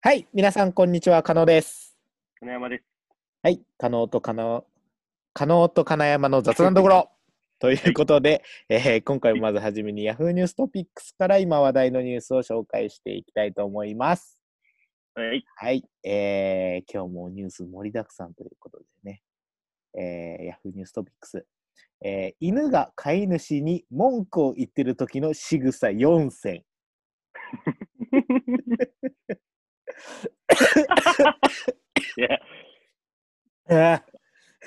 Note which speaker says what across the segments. Speaker 1: はい、皆さん、こんにちは、加納です。
Speaker 2: 金山です。
Speaker 1: はい、加納と加納、加納と金山の雑談どころということで、えー今回もまずはじめに Yahoo ニューストピックスから今話題のニュースを紹介していきたいと思います。
Speaker 2: はい。
Speaker 1: はい、えー今日もニュース盛りだくさんということでね、えー、Yahoo ニューストピックス、えー犬が飼い主に文句を言ってる時の仕草4選。
Speaker 2: いや、
Speaker 1: あ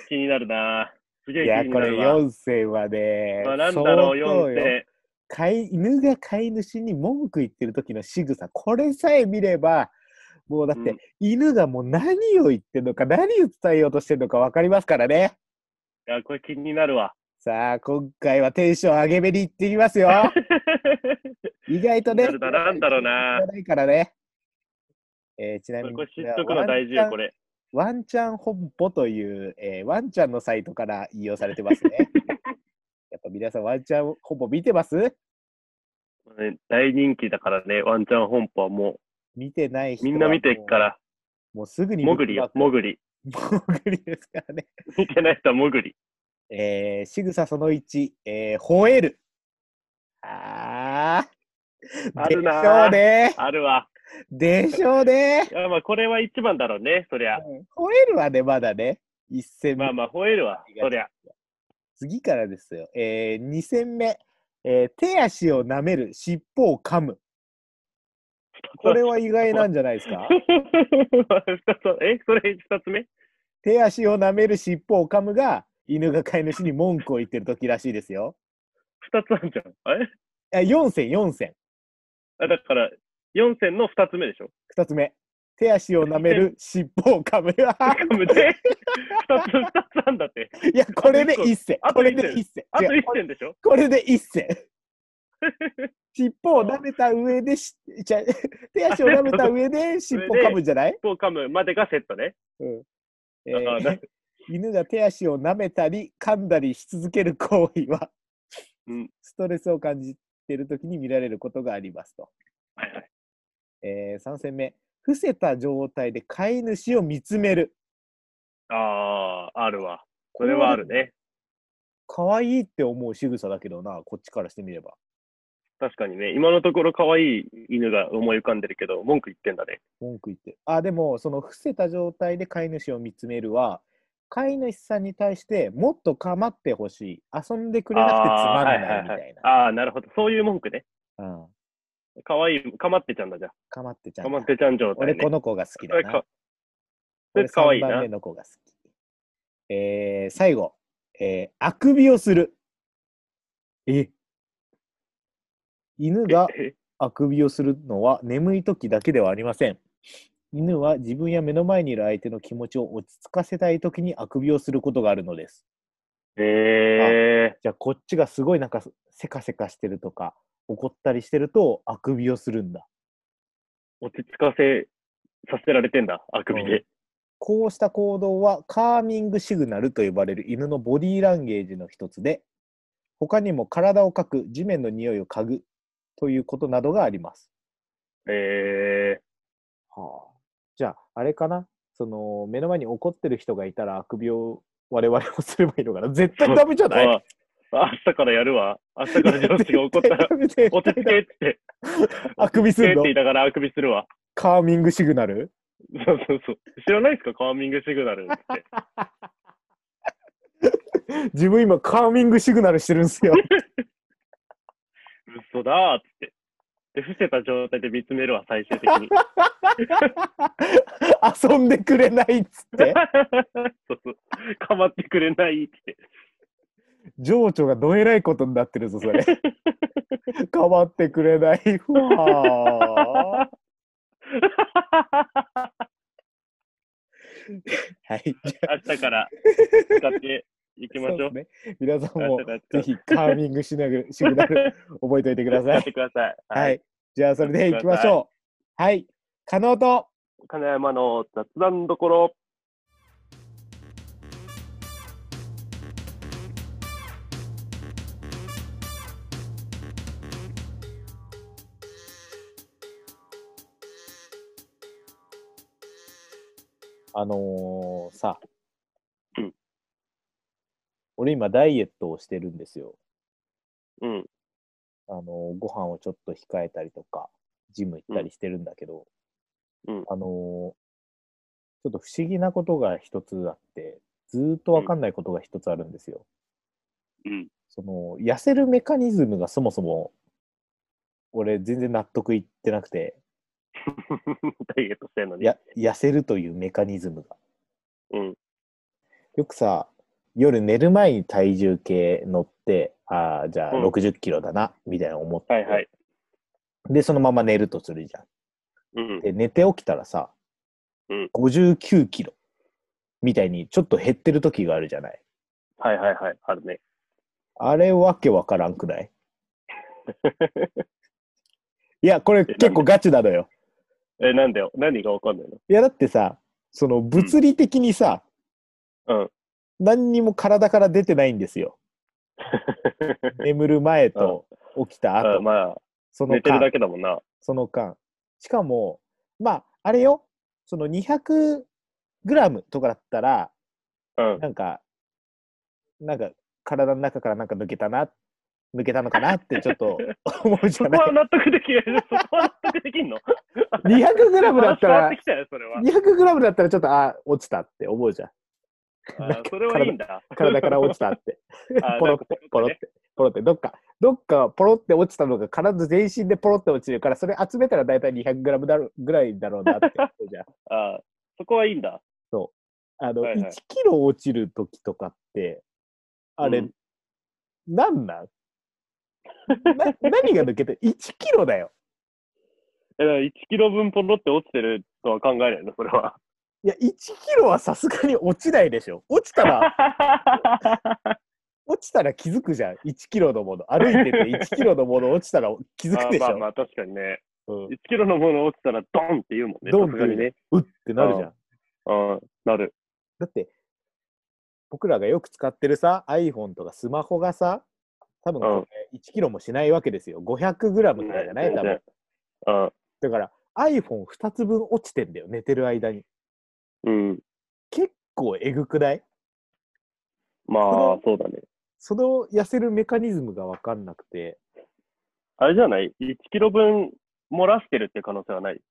Speaker 2: 気になるなすげ
Speaker 1: ー
Speaker 2: え
Speaker 1: い
Speaker 2: 気
Speaker 1: や、
Speaker 2: に
Speaker 1: こ
Speaker 2: な
Speaker 1: れ
Speaker 2: るわ。
Speaker 1: 4選はね、
Speaker 2: まあ、なんだろう、
Speaker 1: 相当
Speaker 2: 4
Speaker 1: よ
Speaker 2: って。
Speaker 1: 飼い犬が飼い主に文句言ってる時の仕草これさえ見ればもうだって、
Speaker 2: うん
Speaker 1: 犬がもう何を言ってるのか何を伝えようとしてるのか分かりますからね
Speaker 2: いや、これ気になるわ。
Speaker 1: さあ今回はテンション上げめにいってみ ますよ意外とね
Speaker 2: なるだなんだろうな
Speaker 1: 知らないからね、えーちなみに
Speaker 2: これ知っとくの大事よ、これ。
Speaker 1: ワンチャンワンチャン本舗という、えーワンちゃんのサイトから引用されてます ねやっぱ皆さんワンチャン本舗見てます
Speaker 2: ね大人気だからね、ワンちゃん本舗はも、
Speaker 1: 見てないう人は
Speaker 2: みんな見て
Speaker 1: も
Speaker 2: っ
Speaker 1: う
Speaker 2: から、
Speaker 1: もうすぐに
Speaker 2: もぐ りよ、もぐり。
Speaker 1: もぐりですからね。
Speaker 2: 見てない人はもぐり。
Speaker 1: えー、仕草その1、えー、吠える。あー。
Speaker 2: あるなー
Speaker 1: で
Speaker 2: あるわ。
Speaker 1: しょうね。でしょうね
Speaker 2: い。や、まあ、これは一番だろうね、そりゃ。
Speaker 1: 吠えるはね、まだね。一戦目。
Speaker 2: まあまあ、吠えるわ、そりゃ。
Speaker 1: 次からですよ。えー、二戦目。えー、手足を舐める、尻尾を噛む。これは意外なんじゃないです か
Speaker 2: え、それ二つ目
Speaker 1: 手足を舐める、尻尾を噛むが、犬が飼い主に文句を言ってる時らしいですよ。
Speaker 2: 二つあるじゃん。あれ
Speaker 1: あ4戦、4戦。
Speaker 2: あだから、四線の二つ目で しょ
Speaker 1: 二つ目。手足を舐める、尻尾を 噛む。
Speaker 2: 噛むで、二つ、二つなんだって。
Speaker 1: いや、これで一戦。
Speaker 2: あ
Speaker 1: ことれ
Speaker 2: 一個
Speaker 1: で一戦。
Speaker 2: あと
Speaker 1: 違う
Speaker 2: 一
Speaker 1: これ
Speaker 2: 点でしょ
Speaker 1: これで一戦。 尻尾を舐めた上でし、じ ゃ手足を舐めた上で尻尾噛むんじゃない、
Speaker 2: こう噛むまでがセットね。
Speaker 1: うんえ
Speaker 2: だから
Speaker 1: ー
Speaker 2: ね、
Speaker 1: 犬が手足を舐めたり噛んだりし続ける行為は、
Speaker 2: うん
Speaker 1: ストレスを感じている時に見られることがありますと。
Speaker 2: はいはい
Speaker 1: え3戦目。伏せた状態で飼い主を見つめる。
Speaker 2: ああ、あるわ。それはあるね。
Speaker 1: 可愛いって思う仕草だけどな、こっちからしてみれば。
Speaker 2: 確かにね、今のところ可愛い犬が思い浮かんでるけど、文句言ってんだね。
Speaker 1: 文句言ってる。あ、でも、その伏せた状態で飼い主を見つめるは、飼い主さんに対してもっと構ってほしい。遊んでくれなくてつまんないみたいな。
Speaker 2: あーはははあー、なるほど。そういう文句ね。
Speaker 1: うん。
Speaker 2: 可愛い、かまってちゃんだじゃん。
Speaker 1: 構ってちゃ
Speaker 2: か
Speaker 1: ん
Speaker 2: ま
Speaker 1: だ。
Speaker 2: ってちゃん状態、
Speaker 1: 俺、
Speaker 2: ね。
Speaker 1: この子が好きだ
Speaker 2: あれ
Speaker 1: な
Speaker 2: か。それ
Speaker 1: 俺、
Speaker 2: かわい
Speaker 1: 3
Speaker 2: い
Speaker 1: 番
Speaker 2: な
Speaker 1: 目。の子が好き。えー、最後。えー、あくびをする。え犬が
Speaker 2: え
Speaker 1: あくびをするのは眠い時だけではありません。犬は自分や目の前にいる相手の気持ちを落ち着かせたい時にあくびをすることがあるのです。
Speaker 2: え
Speaker 1: じゃあこっちがすごいなんかせかせかしてるとか怒ったりしてるとあくびをするんだ。
Speaker 2: ー、落ち着かせさせられてんだ、あくびで。
Speaker 1: こうした行動はカーミングシグナルと呼ばれる犬のボディーランゲージの一つで他にも体をかく地面の匂いを嗅ぐということなどがあります。
Speaker 2: え
Speaker 1: はあ、じゃあ、あれかなその、目の前に怒ってる人がいたら、あくびを我々もすればいいのかな絶対ダメじゃ
Speaker 2: ー、
Speaker 1: ない
Speaker 2: あ明日からやるわ。明日から上司が怒ったら、
Speaker 1: 絶対ダメ
Speaker 2: 落ち着けっつって、
Speaker 1: あくびす
Speaker 2: けって
Speaker 1: るの
Speaker 2: 言いながらあくびするわ。
Speaker 1: カーミングシグナル
Speaker 2: そうそうそう。知らないですかカーミングシグナルって。
Speaker 1: 自分今、カーミングシグナルしてるん ですよ。
Speaker 2: 嘘だーっつって。で、伏せた状態で見つめるわ、最終的に。
Speaker 1: 遊んでくれないっつって、
Speaker 2: そうそう。かまってくれないっつって。
Speaker 1: 情緒がどえらいことになってるぞ、そ れ。かまってくれない。うわーはい。
Speaker 2: 明日から使っていきましょう。
Speaker 1: そうですね、皆さん
Speaker 2: 明
Speaker 1: も
Speaker 2: 日から使
Speaker 1: ぜひカーミングシグナルシグナル覚えておいてくださ
Speaker 2: やっ
Speaker 1: い。
Speaker 2: てください。
Speaker 1: は。い。じゃあそれでいきましょう。はい。可能と
Speaker 2: 金山の雑談どころ。
Speaker 1: あのーさ、
Speaker 2: うん
Speaker 1: 俺今ダイエットをしてるんですよ。
Speaker 2: うん。
Speaker 1: あのーご飯をちょっと控えたりとか、ジム行ったりしてるんだけど、
Speaker 2: うん
Speaker 1: あのーちょっと不思議なことが一つあって、ずーっとわかんないことが一つあるんですよ。
Speaker 2: うん。
Speaker 1: その、痩せるメカニズムがそもそも、俺全然納得いってなくて、
Speaker 2: ダイエットしてんのに。
Speaker 1: や、痩せるというメカニズムが。
Speaker 2: うん。
Speaker 1: よくさ、夜寝る前に体重計乗って、ああ、じゃあ
Speaker 2: うん
Speaker 1: 60キロだな、みたいな思って、
Speaker 2: はいはい。
Speaker 1: で、そのまま寝るとするじゃ
Speaker 2: うん
Speaker 1: ん。。で、寝て起きたらさ、
Speaker 2: うん
Speaker 1: 59キロみたいにちょっと減ってる時があるじゃない。
Speaker 2: はいはいはい。あるね。
Speaker 1: あれわけわからんく ないいや、これ結構ガチなのよ。
Speaker 2: え、なんだよ。何がわかんないの
Speaker 1: いや、だってさ、その物理的にさ、
Speaker 2: うん
Speaker 1: 何にも体から出てないんですよ。眠る前と起きた後。
Speaker 2: あまあ、
Speaker 1: その
Speaker 2: 寝てる
Speaker 1: 間
Speaker 2: だけだもんな。
Speaker 1: その間。しかも、まあ、あれよ、その200グラムとかだったら、
Speaker 2: うん。
Speaker 1: なんか、なんか、体の中からなんか抜けたな、抜けたのかなってちょっ と思うじ
Speaker 2: そ
Speaker 1: ゃ
Speaker 2: こ
Speaker 1: な。
Speaker 2: はい納得できない。 そこは納得できんの
Speaker 1: 200グラムだった
Speaker 2: 伝わ
Speaker 1: ら
Speaker 2: って、きたよ、それは。
Speaker 1: 200グラムだったらちょっと、あ、落ちたって思うじゃん。
Speaker 2: あそれはいいんだ。
Speaker 1: 体から落ちたって。
Speaker 2: あ
Speaker 1: ポロっ
Speaker 2: なん
Speaker 1: て
Speaker 2: か、
Speaker 1: ポ
Speaker 2: ポ
Speaker 1: ロ
Speaker 2: ロ
Speaker 1: っ
Speaker 2: ってて、
Speaker 1: ポロって、どっか、どっかポロって落ちたのが必ず全身でポロって落ちるから、それ集めたら大体200グラムだろぐらいだろうなっ て思うじゃん。
Speaker 2: あそこはいいんだ。
Speaker 1: あの、
Speaker 2: はいはい
Speaker 1: 1キロ落ちるときとかって、あれ、
Speaker 2: うん
Speaker 1: なん なんな何が抜けて ?1 キロだよ。
Speaker 2: え、だから1キロ分ポロって落ちてるとは考えないの、それは。
Speaker 1: いや、1キロはさすがに落ちないでしょ。落ちた ら、落ちたら気づくじゃん。1キロのもの。歩いてて1キロのもの落ちたら気づくでし
Speaker 2: あまあ
Speaker 1: ょ。
Speaker 2: まあ、確かにね。
Speaker 1: うん
Speaker 2: 1キロのもの落ちたらドンって言うもんね。
Speaker 1: ドンっ
Speaker 2: さ
Speaker 1: て言
Speaker 2: す
Speaker 1: う
Speaker 2: がにね。
Speaker 1: うってなるじゃん。
Speaker 2: うん、なる。
Speaker 1: だって、僕らがよく使ってるさ、iPhone とかスマホがさ、多分こ
Speaker 2: うん
Speaker 1: れ1キロもしないわけですよ。500グラムとかじゃない多分。
Speaker 2: うん。
Speaker 1: だから iPhone2 つ分落ちてんだよ、寝てる間に。
Speaker 2: うん。
Speaker 1: 結構えぐくない
Speaker 2: まあ
Speaker 1: そ、
Speaker 2: そうだね。
Speaker 1: その痩せるメカニズムが分かんなくて。
Speaker 2: あれじゃない ?1 キロ分漏らしてるって可能性はない。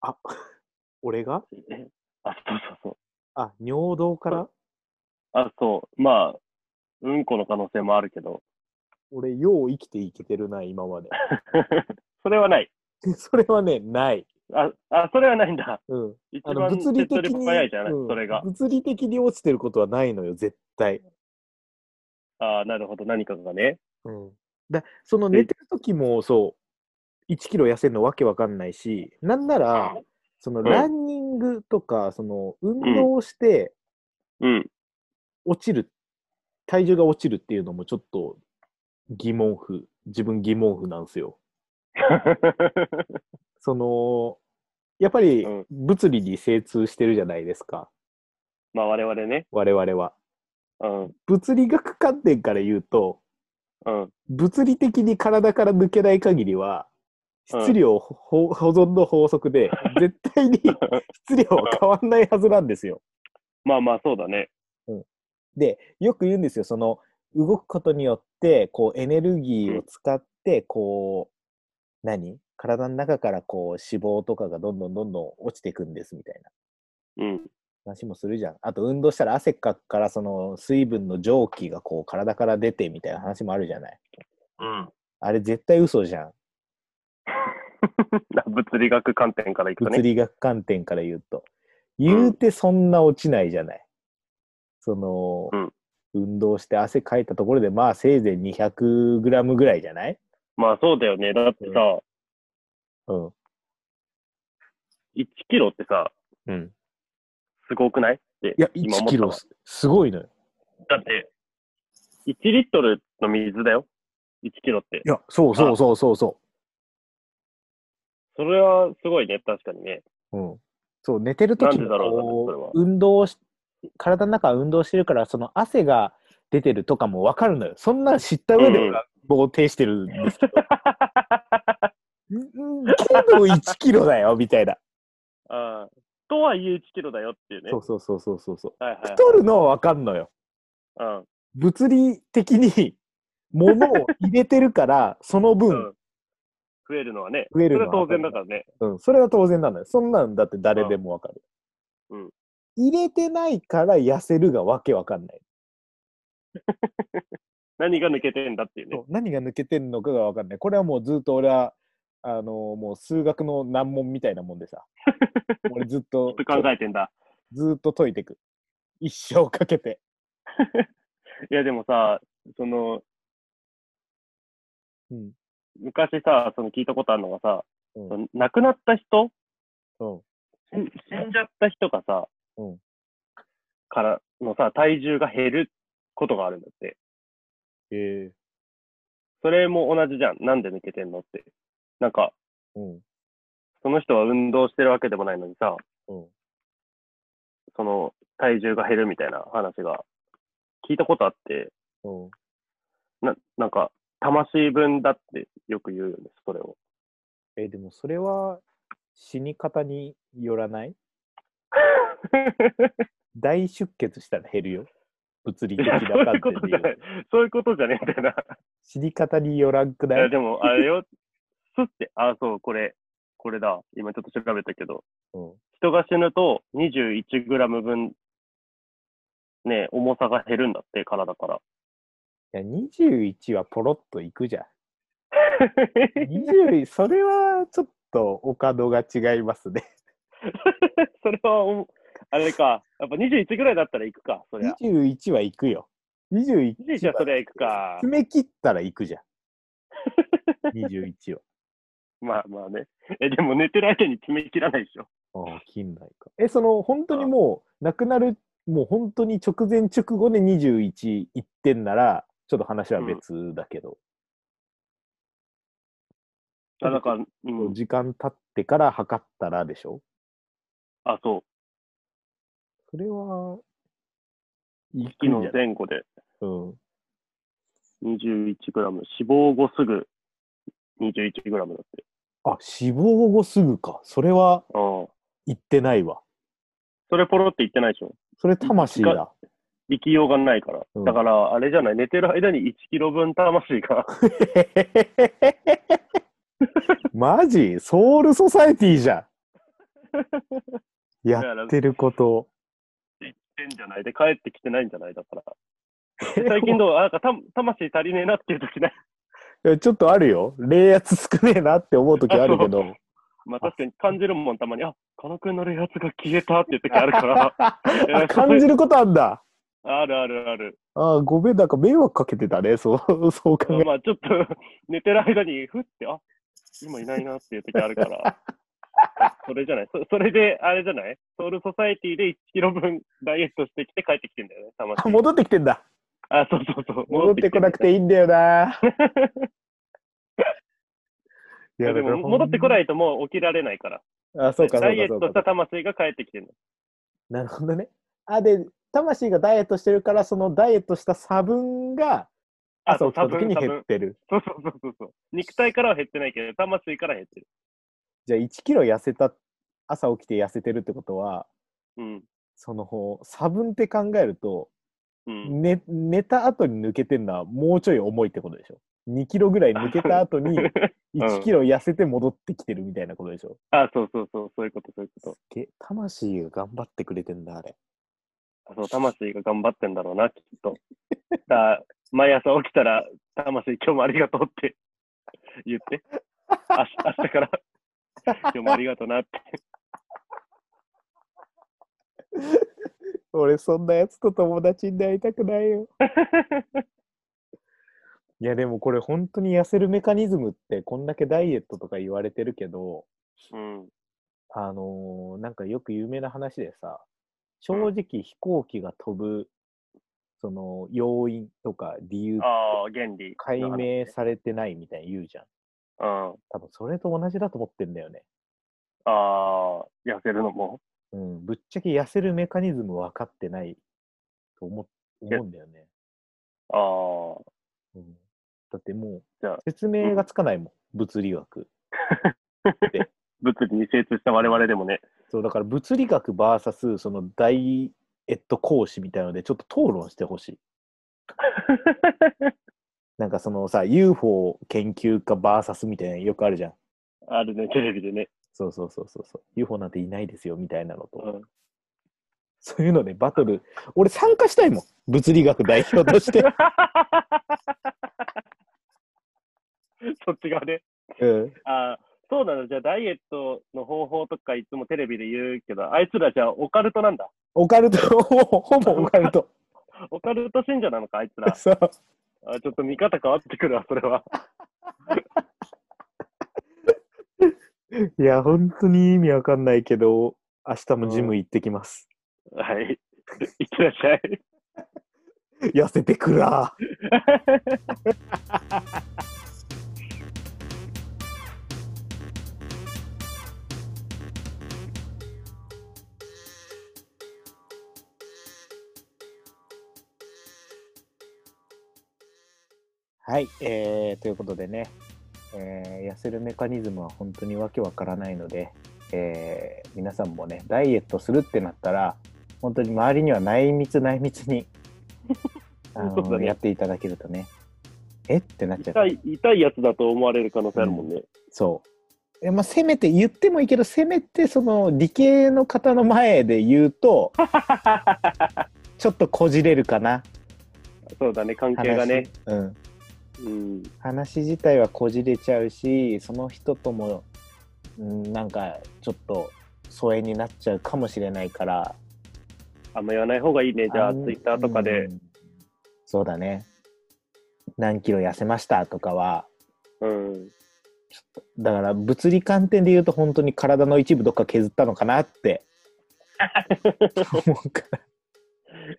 Speaker 1: あ 俺が
Speaker 2: あ、そうそうそう。
Speaker 1: あ、尿道から
Speaker 2: あ、そう。まあ、うんこの可能性もあるけど。
Speaker 1: 俺、よう生きていけてるな、今まで。
Speaker 2: それはない。
Speaker 1: それはね、ない。
Speaker 2: あ、あ、それはないんだ。
Speaker 1: うん。
Speaker 2: 一
Speaker 1: あ
Speaker 2: 番
Speaker 1: の、物理
Speaker 2: 手
Speaker 1: 的
Speaker 2: っ取り
Speaker 1: に、
Speaker 2: 早いじゃない、
Speaker 1: うん
Speaker 2: それが。
Speaker 1: 物理的に落ちてることはないのよ、絶対。
Speaker 2: ああ、なるほど。何かがね。
Speaker 1: うん。だその寝てる時も、そう、1キロ痩せるのわけわかんないし、なんなら、その
Speaker 2: ん
Speaker 1: ランニングとか、その運動をして
Speaker 2: うん。
Speaker 1: 落ちる、体重が落ちるっていうのもちょっと疑問符、自分疑問符なんですよ。その、やっぱり
Speaker 2: うん
Speaker 1: 物理に精通してるじゃないですか、
Speaker 2: まあ、我々ね。
Speaker 1: 我々は。
Speaker 2: うん。
Speaker 1: 物理学観点から言うと、
Speaker 2: うん。
Speaker 1: 物理的に体から抜けない限りは質量ほ、保存の法則で絶対に質量は変わんないはずなんですよ。
Speaker 2: まあまあ、そうだね。
Speaker 1: でよく言うんですよその動くことによってこうエネルギーを使ってこう、何体の中からこう脂肪とかがどんどんどんどん落ちていくんですみたいな
Speaker 2: うん。
Speaker 1: 話もするじゃん。あと運動したら汗かくからその水分の蒸気がこう体から出てみたいな話もあるじゃない。
Speaker 2: うん。
Speaker 1: あれ絶対嘘じゃん。
Speaker 2: 物理学観点からいくと
Speaker 1: 物
Speaker 2: ね。
Speaker 1: 理学観点から言うと。言うてそんな落ちないじゃない。その、
Speaker 2: うん
Speaker 1: 運動して汗かいたところで、まあせいぜい200グラムぐらいじゃない
Speaker 2: まあ、そうだよね。だってさ、
Speaker 1: うん。
Speaker 2: 1キロってさ、
Speaker 1: うん。
Speaker 2: すごくないって
Speaker 1: いや、
Speaker 2: 今
Speaker 1: 1
Speaker 2: 思っ
Speaker 1: キ
Speaker 2: た
Speaker 1: ロ
Speaker 2: わ
Speaker 1: すすごいのよ。
Speaker 2: だって、1リットルの水だよ。1キロって
Speaker 1: い。や、そうそうそうそうそ
Speaker 2: それはすごいね。確かにね。
Speaker 1: う。うん。そう、寝てる時
Speaker 2: なん
Speaker 1: に
Speaker 2: でだろうなそれ
Speaker 1: こ
Speaker 2: は
Speaker 1: う、運動をし、体の中は運動してるから、その汗が出てるとかもわかるのよ。そんなん知った上で
Speaker 2: うん
Speaker 1: 俺はもう呈してるんですけど。うん、けど1キロだよ、みたいな。
Speaker 2: ああ、とはいえ1キロだよっていうね。
Speaker 1: そうそうそうそうそうそう。
Speaker 2: はいはいはい、
Speaker 1: 太るのはわかんのよ。
Speaker 2: うん
Speaker 1: 物理的 に物を入れてるから、その
Speaker 2: う
Speaker 1: 分、
Speaker 2: ん。増えるのはね。
Speaker 1: 増えるのは
Speaker 2: それは当然だからね。
Speaker 1: うん、それは当然なのよ。そんなんだって誰でもわかる。
Speaker 2: うん
Speaker 1: 入れてないから痩せるがわけわかんない。
Speaker 2: 何が抜けてんだっていうね。
Speaker 1: そう何が抜けてんのかがわかんない。これはもうずっと俺は、あのーもう数学の難問みたいなもんで さ。俺ずっと
Speaker 2: ずっと考えてんだ。
Speaker 1: ずっと解いてく。一生かけて。
Speaker 2: いやでもさ、その、
Speaker 1: うん。
Speaker 2: 昔さ、その聞いたことあるのがさ、
Speaker 1: うん
Speaker 2: その亡くなった人、
Speaker 1: うん。
Speaker 2: 死ん死んじゃった人がさ、
Speaker 1: うん
Speaker 2: からのさ、体重が減ることがあるんだって。
Speaker 1: え
Speaker 2: それも同じじゃん。なんで抜けてんのって。なんか、
Speaker 1: ー、うん。
Speaker 2: その人は運動してるわけでもないのにさ、
Speaker 1: うん。
Speaker 2: その体重が減るみたいな話が聞いたことあって、
Speaker 1: うん。
Speaker 2: ななんか、魂分だってよく言うよね、それを。
Speaker 1: えーでもそれは死に方によらない大出血したら減るよ。物理
Speaker 2: い
Speaker 1: 的な
Speaker 2: や そうい
Speaker 1: 観
Speaker 2: うこ
Speaker 1: 点で
Speaker 2: とじ
Speaker 1: 言
Speaker 2: ゃ
Speaker 1: う
Speaker 2: ない。そういうことじゃねえんだよな。
Speaker 1: 死に方によらんく
Speaker 2: い
Speaker 1: な
Speaker 2: や、
Speaker 1: い
Speaker 2: でも、あれよ、すって、あ、そう、これ、これだ。今ちょっと調べたけど、
Speaker 1: うん。
Speaker 2: 人が死ぬと21グラム分、ね、重さが減るんだって、体から。
Speaker 1: いや、21はポロッといくじゃ ん。20それはちょっとお門が違いますね。
Speaker 2: それはお、あれか。やっぱ21ぐらいだったら行くか、そりゃ。
Speaker 1: 21は行くよ。21
Speaker 2: 21はそりゃ行くか。
Speaker 1: 詰め切ったら行くじゃん。21は。
Speaker 2: まあまあね。え、でも寝てる間に決め切らないでしょ。
Speaker 1: ああ、近代か。え、その本当にもう、なくなる、もう本当に直前直後で21行ってんなら、ちょっと話は別だけど、
Speaker 2: あ、だから、うん。
Speaker 1: 時間経ってから測ったらでしょ
Speaker 2: あ、そう。
Speaker 1: それは、行くんじ
Speaker 2: 昨日
Speaker 1: ゃない
Speaker 2: 前後で
Speaker 1: うん。
Speaker 2: 21グラム。死亡後すぐ21グラムだって。
Speaker 1: あ、死亡後すぐか。それは
Speaker 2: うん。
Speaker 1: 言ってないわ。
Speaker 2: それポロって言ってないでしょ。
Speaker 1: それ魂だ。
Speaker 2: 生きようがないから。
Speaker 1: うん
Speaker 2: だから、あれじゃない、寝てる間に1キロ分魂が。
Speaker 1: マジソウルソサエティじゃ ん。やってること。
Speaker 2: てんじゃないで、帰ってきてないんじゃないだから。最近どうあ、なんかた、魂足りねえなっていう時ない。
Speaker 1: いやちょっとあるよ。冷圧少ねえなって思う時あるけど。
Speaker 2: まあ確かに感じるもん、たまに、あ、狩野くんの冷圧が消えたっていう時 あ るから。
Speaker 1: あ感じることあんだ。
Speaker 2: あるあるある。
Speaker 1: ああ、ごめん、なんか迷惑かけてたね。そう、 そう考える
Speaker 2: まあちょっと 寝てる間に、ふって、あ、今いないなっていう時あるから。 それじゃないそそれで、あれじゃないソウルソサエティで1キロ分ダイエットしてきて帰ってきてんだよね、魂
Speaker 1: あ。戻ってきてんだ。
Speaker 2: あ、そうそうそう。
Speaker 1: 戻ってこなくていいんだよ な。い。
Speaker 2: いやでも戻ってこないいともう起きられないから。
Speaker 1: あ、そうか、そうか。
Speaker 2: ダイエッ
Speaker 1: そうか
Speaker 2: トした魂が帰ってきてるの。
Speaker 1: なるほどね。あ、で、魂がダイエットしてるから、そのダイエットした差分が
Speaker 2: あ、
Speaker 1: 朝
Speaker 2: そ
Speaker 1: 起き
Speaker 2: う、多
Speaker 1: た時
Speaker 2: 分、
Speaker 1: に
Speaker 2: 多
Speaker 1: 減っ
Speaker 2: 分。
Speaker 1: てる。
Speaker 2: そうそうそうそうそう。肉体からは減ってないけど、魂から減ってる。
Speaker 1: じゃあ1キロ痩せた、朝起きて痩せてるってことは、
Speaker 2: うん。
Speaker 1: その差分って考えると、
Speaker 2: うん。
Speaker 1: 寝寝た後に抜けてんのはもうちょい重いってことでしょ。2キロぐらい抜けた後 に1キロ痩せて戻ってきてるみたいなことでしょ。
Speaker 2: あ、そうそうそう、そういうこと、そういう
Speaker 1: す
Speaker 2: こ
Speaker 1: げえ魂が頑張ってくれてんだ、あれ。
Speaker 2: と。あそう、魂が頑張ってんだろうな、きっと。だから毎朝起きたら、魂、今日もありがとうって言って。明日明日から、今日もありがとうなって。
Speaker 1: 俺、そんなやつと友達になりたくない よ。いやでもこれ本当に痩せるメカニズムってこんだけダイエットとか言われてるけど、
Speaker 2: うん。
Speaker 1: あのーなんかよく有名な話でさ、正直飛行機が飛ぶ、その要因とか理由
Speaker 2: ああ、原理。
Speaker 1: 解明されてないみたいに言うじゃん。
Speaker 2: うん。あ
Speaker 1: 多分それと同じだと思ってんだよね。
Speaker 2: あー、痩せるのも。
Speaker 1: うん、ぶっちゃけ痩せるメカニズム分かってないと思思うんだよね。
Speaker 2: ああ。
Speaker 1: うん、だってもう
Speaker 2: じゃあ
Speaker 1: 説明がつかないもん、物理学。
Speaker 2: 物理に精通した我々でもね、
Speaker 1: そうだから物理学 VS そのダイエット講師みたいのでちょっと討論してほしい。なんかそのさ UFO 研究家 VS みたいなのよくあるじゃん。
Speaker 2: あるね、テレビでね。
Speaker 1: そうそうそうそうそう UFO なんていないですよみたいなのと、
Speaker 2: うん
Speaker 1: そういうのでバトル俺参加したいもん物理学代表として、
Speaker 2: そっち側で。
Speaker 1: うん、
Speaker 2: あーそうなんだ。じゃあ、ダイエットの方法とかいつもテレビで言うけど、あいつらじゃあ、オカルトなんだ。
Speaker 1: オカルト ほほぼオカルト
Speaker 2: オカルト信者なのか、あいつ ら。
Speaker 1: そう
Speaker 2: あちょっと見方変わってくるわ、それ は。
Speaker 1: いや本当に意味わかんないけど明日もジム行ってきます、
Speaker 2: はい。いってらっしゃい。
Speaker 1: 痩せてくらはい、えー、ということでね、えー痩せるメカニズムは本当にわけわからないので、えー皆さんもねダイエットするってなったら本当に周りには内密内密 にあの
Speaker 2: そうだね
Speaker 1: やっていただけるとねえってなっちゃうか
Speaker 2: 痛
Speaker 1: ら
Speaker 2: い、痛いやつだと思われる可能性あるもんね。
Speaker 1: そうえ、まあ、せめて言ってもいいけどせめてその理系の方の前で言う とちょっとこじれるかな
Speaker 2: そうだね、関係がね。
Speaker 1: 話うん
Speaker 2: うん。
Speaker 1: 話自体はこじれちゃうしその人とも、うん、なんかちょっと疎遠になっちゃうかもしれないから
Speaker 2: あんま言わない方がいいね。じゃあ、ツイッターとかで
Speaker 1: う。んそうだね何キロ痩せましたとかは
Speaker 2: うん。
Speaker 1: だから物理観点で言うと本当に体の一部どっか削ったのかなって思うから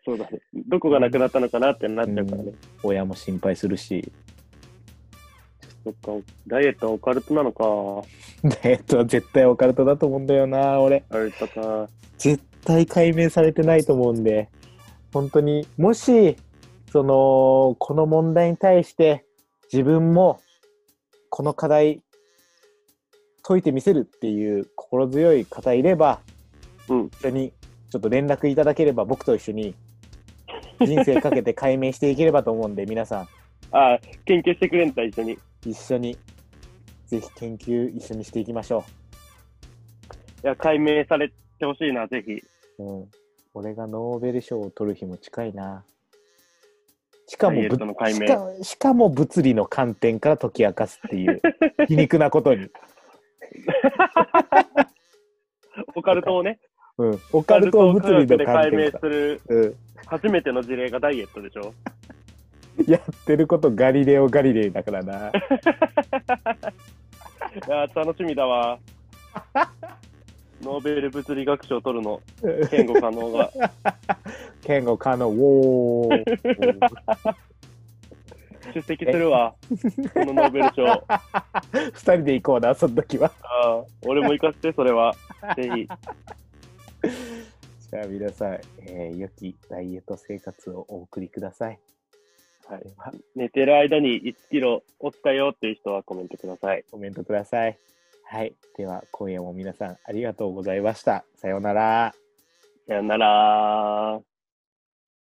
Speaker 2: そうだね。どこがなくなったのかなってなっちゃうからね。
Speaker 1: 親も心配するし
Speaker 2: そっか、ダイエットはオカルトなのか。
Speaker 1: ダイエットは絶対オカルトだと思うんだよな俺
Speaker 2: あれとか。
Speaker 1: 絶対解明されてないと思うんで本当にもしそのこの問題に対して自分もこの課題解いてみせるっていう心強い方いれば、
Speaker 2: うん
Speaker 1: 一緒にちょっと連絡いただければ僕と一緒に人生かけて解明していければと思うんで皆さ
Speaker 2: あ研究してくれんだ、一緒に。
Speaker 1: ん一緒にぜひ研究一緒にしていきましょ
Speaker 2: いや、解明されてほしいな、ぜひ。
Speaker 1: う、うん、俺がノーベル賞を取る日も近いなしか
Speaker 2: ダ
Speaker 1: も
Speaker 2: イエットの解
Speaker 1: し
Speaker 2: 明。
Speaker 1: かしかも物理の観点から解き明かすって いう皮肉なことに、
Speaker 2: オカルトをね、
Speaker 1: うん、オ
Speaker 2: オカ
Speaker 1: カル
Speaker 2: ル
Speaker 1: ト
Speaker 2: ト
Speaker 1: を
Speaker 2: を科
Speaker 1: 物理
Speaker 2: 学
Speaker 1: の
Speaker 2: で解
Speaker 1: 観点
Speaker 2: 明
Speaker 1: か
Speaker 2: する
Speaker 1: ら、うん、
Speaker 2: 初めての事例がダイエットでしょ。
Speaker 1: やってることガリレオ・ガリレイだから な
Speaker 2: いやー楽しみだわ。ノーベル物理学賞取るの、言語可能が。
Speaker 1: ケンゴカノウォー
Speaker 2: 出席するわ、このノーベル賞。あ
Speaker 1: 二人で行こうなその時は
Speaker 2: あ俺も行かせて、それは。ぜひ。
Speaker 1: じゃあ皆さん、えー良きダイエット生活をお送りください、
Speaker 2: はい
Speaker 1: では
Speaker 2: 寝てる間に1キロ落ちたよっていう人はコメントください。
Speaker 1: コメントくださいはいでは今夜も皆さんありがとうございましたさようなら
Speaker 2: さよなら